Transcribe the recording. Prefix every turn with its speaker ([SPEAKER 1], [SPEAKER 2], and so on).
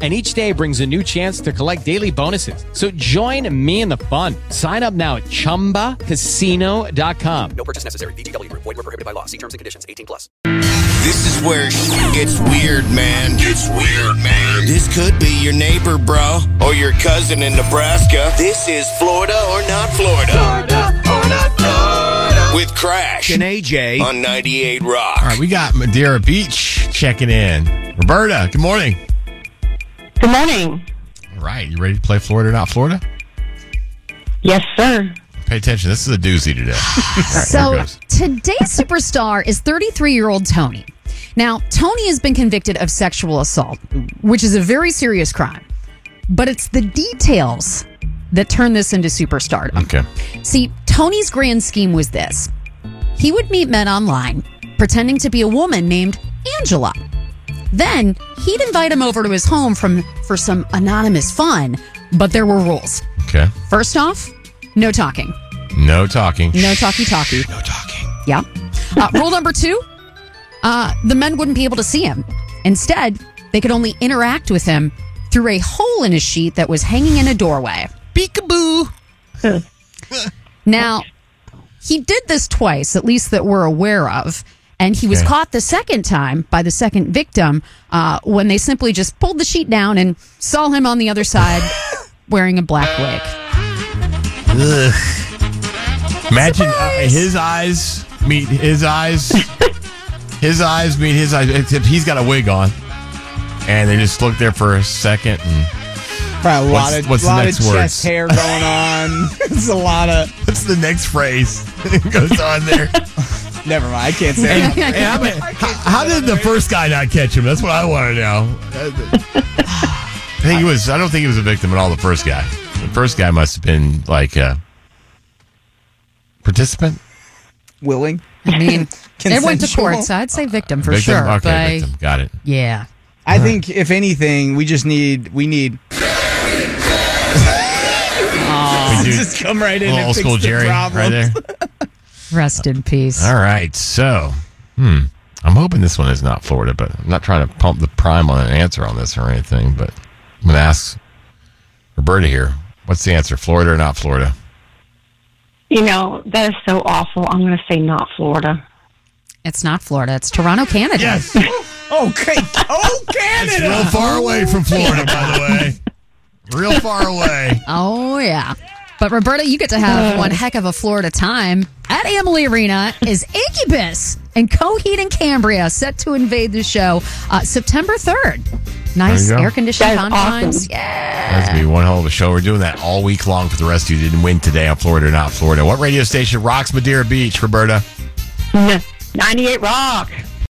[SPEAKER 1] and each day brings a new chance to collect daily bonuses. So join me in the fun. Sign up now at ChumbaCasino.com.
[SPEAKER 2] No purchase necessary. VGW Group. Void were prohibited by law. See terms and conditions. 18 plus.
[SPEAKER 3] This is where shit gets weird, man. Gets weird, man. This could be your neighbor, bro, or your cousin in Nebraska. This is Florida or not Florida. Florida or not Florida. With Crash
[SPEAKER 4] and AJ.
[SPEAKER 3] on 98 Rock.
[SPEAKER 5] All right, we got Madeira Beach checking in. Roberta, good morning.
[SPEAKER 6] Good morning.
[SPEAKER 5] All right, you ready to play Florida or not Florida?
[SPEAKER 6] Yes, sir.
[SPEAKER 5] Pay attention. This is a doozy today. All right, here
[SPEAKER 7] So
[SPEAKER 5] goes.
[SPEAKER 7] today's superstar is 33 year old Tony. Now, Tony has been convicted of sexual assault, which is a very serious crime, but it's the details that turn this into superstardom.
[SPEAKER 5] Okay.
[SPEAKER 7] See, Tony's grand scheme was this he would meet men online, pretending to be a woman named Angela. Then he'd invite him over to his home from, for some anonymous fun, but there were rules.
[SPEAKER 5] Okay.
[SPEAKER 7] First off, no talking,
[SPEAKER 5] No talking.
[SPEAKER 7] no talkie talkie.
[SPEAKER 5] No talking.
[SPEAKER 7] Yeah. Uh, rule number two uh, the men wouldn't be able to see him. Instead, they could only interact with him through a hole in his sheet that was hanging in a doorway. Peekaboo. now, he did this twice, at least that we're aware of. And he was
[SPEAKER 5] Okay.
[SPEAKER 7] caught the second time by the second victim uh, when they simply just pulled the sheet down and saw him on the other side wearing a black wig.
[SPEAKER 5] Imagine uh, his eyes meet his eyes. his eyes meet his eyes. Except he's got a wig on. And they just look there for a second. And
[SPEAKER 4] Probably a lot
[SPEAKER 5] What's-
[SPEAKER 4] of,
[SPEAKER 5] what's the
[SPEAKER 4] lot
[SPEAKER 5] next
[SPEAKER 4] of
[SPEAKER 5] words?
[SPEAKER 4] chest hair going on. it's a lot of.
[SPEAKER 5] what's the next phrase that goes on there?
[SPEAKER 4] Never mind. I can't say. it.
[SPEAKER 5] Hey, how, about- how- how did the first guy not catch him? That's what I want to know. I think he was. I don't think he was a victim at all. The first guy. The first guy must have been like a participant.
[SPEAKER 4] Willing.
[SPEAKER 7] I mean, they went to
[SPEAKER 4] Consensual.
[SPEAKER 7] court, so I'd say victim for
[SPEAKER 5] victim.
[SPEAKER 7] sure. but I-
[SPEAKER 5] Okay, victim. Got it.
[SPEAKER 7] Yeah.
[SPEAKER 4] I think if anything, we just need we need
[SPEAKER 5] We do-
[SPEAKER 4] just come right in
[SPEAKER 5] little
[SPEAKER 4] and
[SPEAKER 5] old
[SPEAKER 4] fix
[SPEAKER 5] school
[SPEAKER 4] the
[SPEAKER 5] Jerry
[SPEAKER 4] problem.
[SPEAKER 5] right there.
[SPEAKER 7] Rest in peace.
[SPEAKER 5] All right. So, hmm. I'm hoping this one is not Florida, but I'm not trying to pump the prime on an answer on this or anything. But I'm going to ask Roberta here. What's the answer? Florida or not Florida?
[SPEAKER 6] You know, that is so awful. I'm going to say not Florida.
[SPEAKER 7] It's not Florida. It's Toronto, Canada.
[SPEAKER 4] Okay. Oh,
[SPEAKER 5] It's
[SPEAKER 4] Canada.
[SPEAKER 5] real far away from Florida, by the way. Real far away.
[SPEAKER 7] Oh, yeah. But Roberta, you get to have one heck of a Florida time. At Amalie Arena is Incubus and Coheed and Cambria set to invade the show uh, September 3rd. Nice
[SPEAKER 5] There you go.
[SPEAKER 7] air conditioned
[SPEAKER 6] That is
[SPEAKER 7] confines.
[SPEAKER 6] awesome.
[SPEAKER 7] Yeah.
[SPEAKER 5] That's gonna be one hell of a show. We're doing that all week long for the rest of you who didn't win today on Florida or not Florida. What radio station rocks Madeira Beach, Roberta?
[SPEAKER 6] 98 Rock.